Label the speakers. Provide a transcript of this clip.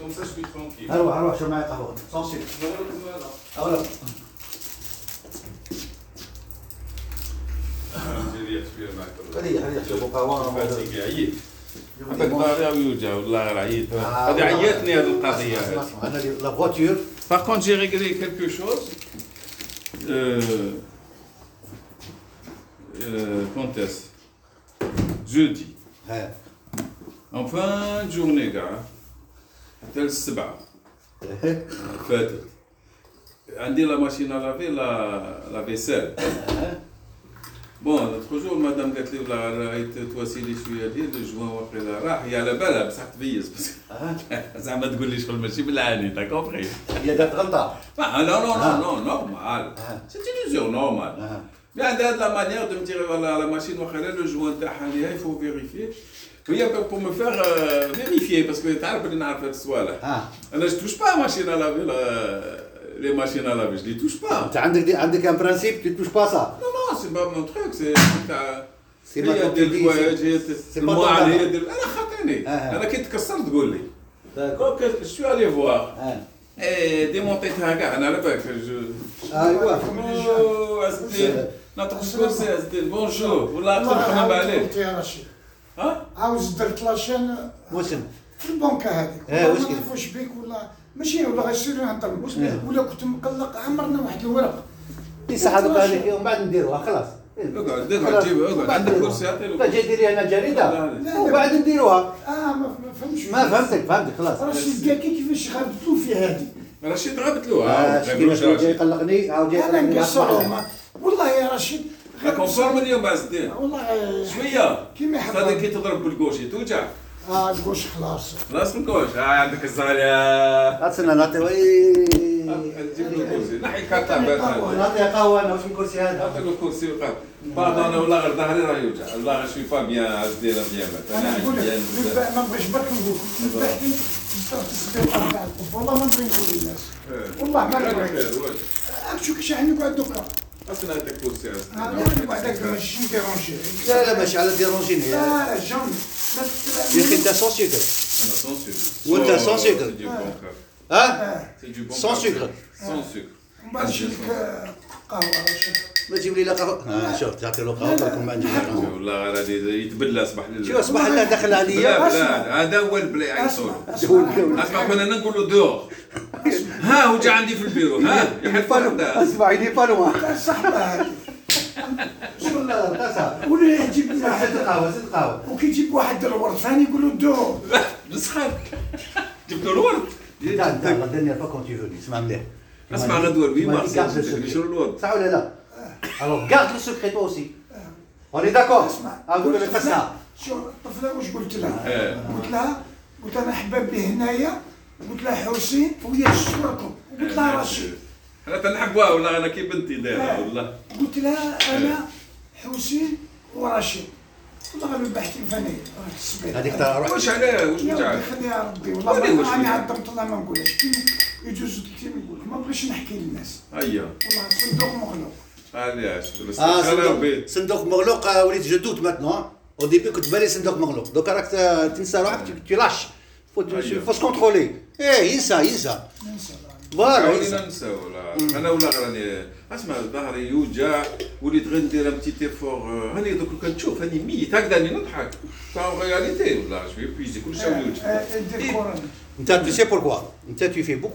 Speaker 1: Comme ça, je suis tranquille.
Speaker 2: هروح هروح شرب معي قهوه sans sucre
Speaker 1: Je vais retourner là.
Speaker 2: اولا
Speaker 1: الجيرية شوية معك.
Speaker 2: خليه خليه يشربوا قهوه
Speaker 1: فاتيك عييت
Speaker 2: يوم-
Speaker 1: عندك طاري ويوجع والله غير عييت
Speaker 2: آه،
Speaker 1: هذه
Speaker 2: والله.
Speaker 1: عيتني هذه القضية
Speaker 2: اسمع،
Speaker 1: هذه
Speaker 2: اسمع، انا لا فواتور
Speaker 1: باغ كونت جي ريغلي كيلكو شوز Euh, euh, quand est-ce Jeudi.
Speaker 2: ها
Speaker 1: En fin de journée, gars. حتى للسبعة فاتت. عندي لا ماشين à laver لا لا فيسيل. بون l'autre jour مدام قالت لي ولا رايت تواسيلي شويه ديال الجوان واقيلا راح هي على بالها بصح تبيز بس
Speaker 2: ها
Speaker 1: زعما تقول لي شغل ماشي بالعاني تا كومبري
Speaker 2: هي قالت غلطه
Speaker 1: لا لا لا
Speaker 2: Ah.
Speaker 1: لا نورمال
Speaker 2: Ah.
Speaker 1: سي اون illusion normale.
Speaker 2: ها
Speaker 1: Mais à date, la manière de me dire, voilà, la machine, voilà, le joint تاعها il faut vérifier. Oui, pour me faire euh, vérifier, parce que tu as appris à faire ce là.
Speaker 2: ها
Speaker 1: Alors, Ah, je touche pas la machine à laver, la- les machines à laver, je les touche pas.
Speaker 2: انت عندك دي عندك ان برانسيب تي توش با سا
Speaker 1: Non, non, c'est pas mon truc, c'est. t'as-
Speaker 2: سي ما
Speaker 1: هي يد الحوايج هي يد
Speaker 2: c'est pas
Speaker 1: المواعن
Speaker 2: ton
Speaker 1: هي
Speaker 2: travail.
Speaker 1: يد انا خاطيني
Speaker 2: آه.
Speaker 1: انا كي تكسر تقول لي
Speaker 2: داكور.
Speaker 1: دونك جو suis allé voir
Speaker 2: ها
Speaker 1: إيه، ديمونتيتها كاع انا على بالك جو
Speaker 2: ايوا
Speaker 1: أوه، أسدين. نعطيك الكرسي أسدين. بونجور ولا
Speaker 3: الله
Speaker 1: ترحم
Speaker 3: يعاودك
Speaker 1: عليك
Speaker 3: انت يا رشيد
Speaker 1: ها
Speaker 3: عاوز درت لاشين
Speaker 2: وسم
Speaker 3: في البنكه هذيك
Speaker 2: إيه، واش
Speaker 3: ما
Speaker 2: كاين؟
Speaker 3: نعرفوش بيك ولا ماشي ولا غير نهضر
Speaker 2: إيه.
Speaker 3: ولا كنت مقلق عمرنا واحد الورق
Speaker 2: في ساعه دوك هذيك ومن بعد نديروها خلاص
Speaker 1: اقعد اقعد
Speaker 2: خلاص.
Speaker 1: جيب اقعد عندك
Speaker 2: نديروها.
Speaker 1: كرسي اعطي له
Speaker 2: لا جاي ديري هنا جريده
Speaker 1: لا،
Speaker 3: لا.
Speaker 2: ومن بعد نديروها
Speaker 3: اه ما ما فهمتش
Speaker 2: ما فهمتك فهمتك خلاص
Speaker 3: رشيد كاكي كيفاش غلبتو في هذه
Speaker 1: رشيد غابت له
Speaker 2: آه،
Speaker 1: ها، ما يعملوش
Speaker 2: شكيبة جاي
Speaker 1: رشيد
Speaker 2: يقلقني عاود جاي
Speaker 3: انا
Speaker 2: يقلقني
Speaker 3: نكسرهم
Speaker 2: أصبح.
Speaker 3: والله يا رشيد غير
Speaker 1: كونفورم اليوم أسدين
Speaker 3: والله
Speaker 1: شويه
Speaker 3: كيما يحب.
Speaker 1: هذا كي تضرب بالكوشي توجع
Speaker 3: اه الكوش خلاص
Speaker 1: خلاص من كوش ها عندك الزهر يا
Speaker 2: اتصلنا نعطي
Speaker 1: جيب له كرسي نحي كارتا بات هذا.
Speaker 2: نعطي قهوه انا وش الكرسي هذا
Speaker 1: اعطي له كرسي وقعد بعض انا والله غير ظهري راه يوجع والله غير شوي با بيان أسدين بيان مات.
Speaker 3: انا نقول لك
Speaker 1: بيان بزاف.
Speaker 3: بالبا- ما نبغيش برك نقول لك من بعد درت السبيطار تاع الطب والله ما نبغي نقول للناس
Speaker 1: إيه.
Speaker 3: والله ما
Speaker 1: كان
Speaker 3: نبغي
Speaker 1: خير، واش.
Speaker 3: عاد شو كيش آه، عندي نقعد دوكا
Speaker 1: اصلا هذا كرسي أسدين.
Speaker 3: انا نقعد ماشي نديرونجي
Speaker 2: لا لا ماشي على ديرونجيني يا
Speaker 3: لا جون ما
Speaker 2: اخي
Speaker 3: تتلعب
Speaker 2: انت سون سكر
Speaker 1: انا سون سكر
Speaker 2: وأنت سون سكر.
Speaker 1: سي
Speaker 3: آه.
Speaker 1: دي بون كار.
Speaker 2: ها
Speaker 1: سي دي بون
Speaker 2: سون
Speaker 1: كار.
Speaker 2: سكر.
Speaker 1: سون سكر
Speaker 3: ومن بعد نجيب لك آه، قهوه رشيد
Speaker 2: ما تجيب لي لا قهوه آه، شوف تعطي له قهوه
Speaker 3: لا، لا.
Speaker 2: تركم ما عندي قهوة.
Speaker 1: والله غير هذه يتبلى صباح لله
Speaker 2: شو اصبح لا دخل عليا
Speaker 1: بلا
Speaker 3: أسمع.
Speaker 1: بلا هذا هو البلاي
Speaker 3: اسمع
Speaker 1: عيصور
Speaker 2: جول جول.
Speaker 3: اسمع
Speaker 1: اسمع كنا نقولوا دور ها وجا عندي في البيرو ها يحب هذا
Speaker 2: اسمع يدي بالو
Speaker 3: الصحبه هذه
Speaker 2: شوف لا لا تسع
Speaker 3: ولا يجيب لنا
Speaker 2: سد
Speaker 3: حد
Speaker 2: قهوه سد قهوه
Speaker 3: وكي يجيب واحد الورد ثاني يقول له دو
Speaker 1: مسخر جبت له الورد
Speaker 2: لا لا لا دانيال فوا كونت يفوني اسمع مليح
Speaker 1: اسمع غدوة الوي
Speaker 2: ما
Speaker 1: مارس.
Speaker 2: تقاعدش
Speaker 1: قلت لك
Speaker 2: السكري.
Speaker 1: شنو الوضع؟
Speaker 2: صح ولا لا؟ الوغ كارد لو سكري تو اوسي اوني داكور
Speaker 3: اسمع
Speaker 2: اقول لك
Speaker 3: قلت
Speaker 2: تسع
Speaker 3: لها- شو الطفله واش قلت لها؟
Speaker 1: إيه.
Speaker 3: قلت لها قلت انا حبابي هنايا قلت لها حسين وهي شكركم قلت لها رشيد
Speaker 1: انا تنحبها والله انا كي بنتي دايره والله
Speaker 3: قلت لها انا حسين ورشيد والله غالبا بحكي فاني
Speaker 2: هذيك ترى روح
Speaker 1: واش علاه واش
Speaker 3: يا
Speaker 1: وجعك
Speaker 3: ودي خليها يا ربي
Speaker 1: ولي
Speaker 3: والله
Speaker 1: واش
Speaker 3: ما- انا
Speaker 1: بيها.
Speaker 3: عظمت الله ما نقولهاش كي يجوز ثلاثين نقول لك، ما بغيتش نحكي للناس
Speaker 1: هيا
Speaker 3: والله صندوق مغلق
Speaker 1: علاش أيوه. بس
Speaker 2: اه
Speaker 1: انا
Speaker 2: صندوق
Speaker 1: ربي
Speaker 2: صندوق مغلوق آه، وليت جو دوت ماتنون او ديبي كنت بالي صندوق مغلوق دوكا راك آه، تنسى روحك تي- تلاش فو
Speaker 1: أيوه.
Speaker 2: فو كونترولي ايه ينسى ينسى
Speaker 3: ننسى الله.
Speaker 2: فوالا
Speaker 1: حاولنا
Speaker 2: ينسى
Speaker 1: يعني ننسى ولا انا ولا راني اسمع ظهري يوجع وليت غندير ان بتيت ايفور هاني دوك لو كنشوف هاني ميت هكذا راني نضحك فاون رياليتي ولا جو بيزي كل شيء
Speaker 3: آه،
Speaker 1: يوجع
Speaker 3: آه، دير كورونا
Speaker 2: انت تو سي بوركوا انت تو في